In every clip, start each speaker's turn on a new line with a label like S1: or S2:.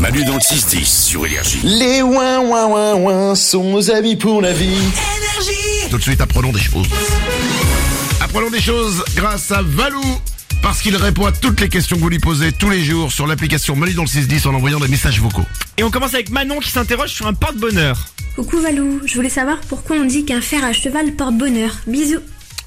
S1: Manu dans le 6-10 sur Énergie.
S2: Les ouin ouin ouin ouin sont nos amis pour la vie.
S1: Tout de suite, apprenons des choses. Apprenons des choses grâce à Valou. Parce qu'il répond à toutes les questions que vous lui posez tous les jours sur l'application Manu dans le 610 en envoyant des messages vocaux.
S3: Et on commence avec Manon qui s'interroge sur un porte-bonheur.
S4: Coucou Valou, je voulais savoir pourquoi on dit qu'un fer à cheval porte bonheur. Bisous.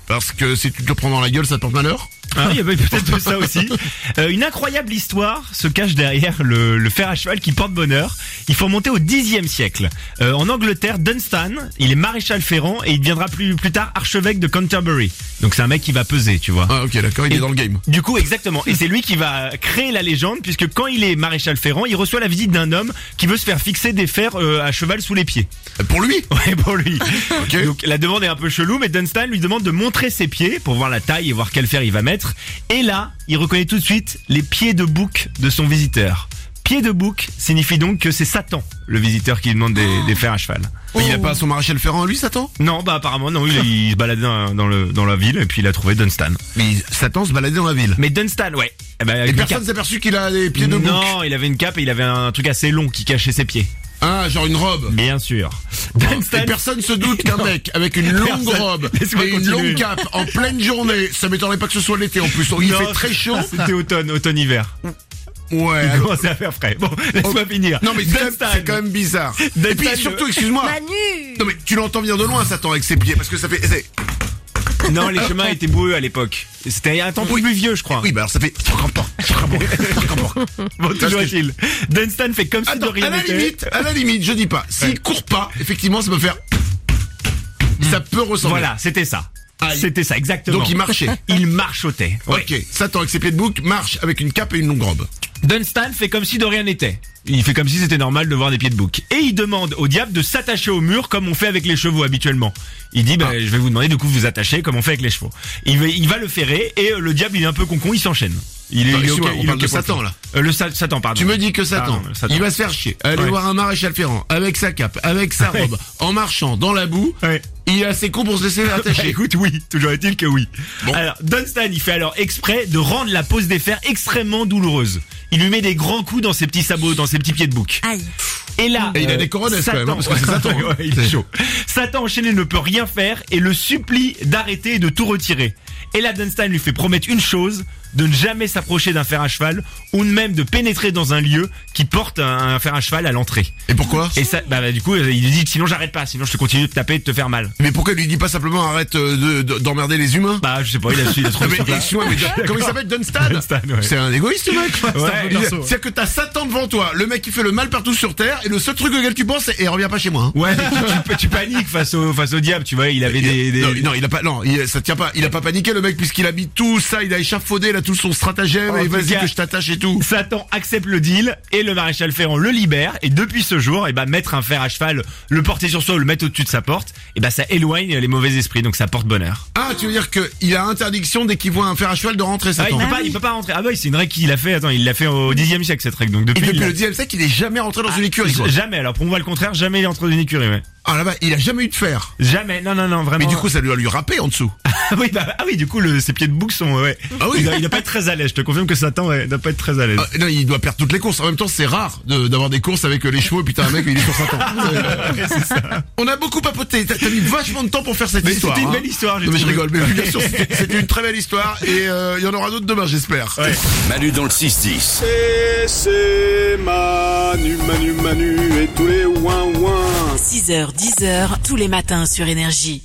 S1: Parce que si tu te le prends dans la gueule, ça te porte malheur
S3: Ah, il y avait peut-être de ça aussi. Euh, une incroyable histoire se cache derrière le, le fer à cheval qui porte bonheur. Il faut remonter au Xe siècle. Euh, en Angleterre, Dunstan, il est maréchal ferrant et il deviendra plus, plus tard archevêque de Canterbury. Donc c'est un mec qui va peser, tu vois.
S1: Ah ok, d'accord, il est dans le game.
S3: Du coup, exactement. Et c'est lui qui va créer la légende, puisque quand il est maréchal ferrant, il reçoit la visite d'un homme qui veut se faire fixer des fers euh, à cheval sous les pieds.
S1: Pour lui
S3: Ouais, pour lui.
S1: Ok.
S3: Donc la demande est un peu chelou, mais Dunstan lui demande de montrer ses pieds pour voir la taille et voir quel fer il va mettre. Et là, il reconnaît tout de suite les pieds de bouc de son visiteur. Pied de bouc signifie donc que c'est Satan, le visiteur qui lui demande des, des fers à cheval.
S1: Mais il a pas son maréchal ferrant à lui, Satan
S3: Non, bah apparemment non, il, il se baladait dans, dans le, dans la ville et puis il a trouvé Dunstan.
S1: Mais Satan se baladait dans la ville.
S3: Mais Dunstan, ouais. Eh ben, avec
S1: Et
S3: une
S1: personne
S3: cape.
S1: s'est aperçu qu'il a les pieds de bouc.
S3: Non, il avait une cape et il avait un truc assez long qui cachait ses pieds.
S1: Ah, genre une robe.
S3: Bien sûr.
S1: Et
S3: Dunstan,
S1: personne se doute qu'un mec avec une longue
S3: Personne.
S1: robe
S3: Laisse-moi
S1: et une
S3: continuer.
S1: longue cape en pleine journée, ça m'étonnerait pas que ce soit l'été en plus. Il
S3: Non,
S1: fait très chaud.
S3: C'était automne, automne-hiver.
S1: Ouais.
S3: Il
S1: alors-
S3: commençait à faire frais. Bon, laisse-moi finir.
S1: Non mais c'est quand même-
S3: Dunstan.
S1: c'est quand même bizarre.
S3: Dunstan,
S1: Et puis
S3: le-
S1: surtout, excuse-moi. Non mais tu l'entends venir de loin, Satan, avec ses pieds, parce que ça fait. c'est-
S3: Non, les chemins étaient boueux à l'époque. C'était un temps plus vieux, je crois.
S1: Oui, bah alors ça fait.
S3: Bon, toujours
S1: Parce que-
S3: est-il. Dunstan fait comme si de
S1: Attends,
S3: rien
S1: à la
S3: n'était.
S1: limite, à la limite, je dis pas. S'il court pas, effectivement, ça peut faire. Ça peut ressembler.
S3: Mm. Voilà, c'était ça.
S1: Aïe.
S3: C'était ça, exactement.
S1: Donc il marchait.
S3: Il marchotait. Ouais.
S1: Ok, Satan avec ses pieds de bouc marche avec une cape et une longue robe.
S3: Dunstan fait comme si de rien n'était. Il fait comme si c'était normal de voir des pieds de bouc. Et il demande au diable de s'attacher au mur comme on fait avec les chevaux habituellement. Il dit, bah,
S1: Ah.
S3: je vais vous demander du coup de vous attacher comme on fait avec les chevaux. Il va, il va le ferrer et euh, le diable il est un peu concon, il s'enchaîne. Il est,
S1: Bah,
S3: il est
S1: excuse-moi,
S3: ok-
S1: on
S3: il est
S1: parle
S3: ok
S1: de
S3: pour le
S1: Satan,
S3: faire.
S1: là.
S3: Euh, le Sa- Satan, pardon.
S1: Tu me dis que Satan,
S3: Ah non, Satan.
S1: il va se faire chier. Aller
S3: Ouais.
S1: voir un maréchal Ferrand avec sa cape, avec sa
S3: Ouais.
S1: robe, en marchant dans la boue.
S3: Ouais.
S1: Il est assez con pour se laisser
S3: Bah,
S1: attacher.
S3: écoute, oui, toujours est-il que oui.
S1: Bon.
S3: Alors, Dunstan, il fait alors exprès de rendre la pose des fers extrêmement douloureuse. Il lui met des grands coups dans ses petits sabots, dans ses petits pieds de bouc.
S5: Aïe.
S3: Et là,
S1: Et il a
S3: euh,
S1: des couronnes, quand
S3: Satan-
S1: même, hein, parce que c'est Satan. hein.
S3: Ouais, il est chaud. Satan enchaîné ne peut rien faire et le supplie d'arrêter et de tout retirer. Et là, Dunstan lui fait promettre une chose de ne jamais s'approcher d'un fer à cheval ou même de pénétrer dans un lieu qui porte un, un fer à cheval à l'entrée.
S1: Et pourquoi
S3: Et ça, bah, bah, du coup, il lui dit sinon j'arrête pas, sinon je te continue de taper et de te faire mal.
S1: Mais pourquoi il lui dit pas simplement arrête euh, de- de- d'emmerder les humains
S3: Bah, je sais pas, il a su, il a
S1: Ah,
S3: trouvé
S1: mais,
S3: sur place.
S1: excuse-moi, mais comment il s'appelle Dunstan,
S3: Dunstan, ouais.
S1: C'est un égoïste le mec quoi.
S3: Ouais,
S1: C'est un peu
S3: il est-
S1: perso, ouais. C'est-à-dire que t'as Satan devant toi, le mec qui fait le mal partout sur Terre, et le seul truc auquel tu penses c'est et reviens pas chez moi. hein.
S3: Ouais, mais tu, tu- tu paniques face au, face au diable, tu vois, il avait des... des-
S1: Non, non, il a pas, non, il- ça tient pas. Il a pas paniqué le mec puisqu'il a mis tout ça, il a échafaudé, il a tout son stratagème
S3: En
S1: et
S3: tout
S1: vas-y
S3: cas-
S1: que je t'attache et tout.
S3: Satan accepte le deal et le maréchal Ferrand le libère et depuis ce jour, et ben mettre un fer à cheval, le porter sur soi ou le mettre au-dessus de sa porte, et ben ça éloigne les mauvais esprits, donc ça porte bonheur.
S1: Ah, tu veux dire que il a interdiction dès qu'il voit un fer à cheval de rentrer
S3: Ah, il
S1: Satan.
S3: peut pas, il peut pas rentrer. Ah bah c'est une règle qu'il a fait. Attends, il l'a fait au dixième siècle cette règle, donc depuis.
S1: Et depuis
S3: il a-
S1: le 10 siècle, il est jamais rentré dans une écurie. quoi.
S3: Ah, Jamais. Alors pour moi le contraire, jamais il est entre dans une écurie. Ouais.
S1: Ah là-bas, il a jamais eu de fer.
S3: Jamais. Non non non
S1: Mais
S3: vraiment.
S1: du coup, ça doit lui râper en dessous.
S3: ah oui bah ah oui du coup le, ses pieds de bouc sont ouais.
S1: Ah oui.
S3: Il doit, il doit pas être très à l'aise. Je te confirme que Satan ouais, doit pas être très à l'aise.
S1: Ah, non, il doit perdre toutes les courses. En même temps, c'est rare de- d'avoir des courses avec euh, les chevaux et puis t'as un mec il est sur Satan. On a beaucoup papoté. T'as t'as mis vachement de temps pour faire cette
S3: Mais
S1: histoire.
S3: c'était une
S1: hein.
S3: belle histoire. j'ai
S1: Non, mais je
S3: trouvé.
S1: rigole. Mais bien sûr, c'était c'était une très belle histoire et euh, il y en aura d'autres demain, j'espère.
S6: Manu dans le 6-10.
S7: Et c'est Manu, Manu, Manu et tous les ouin ouin.
S5: 6h, 10h, tous les matins sur Énergie.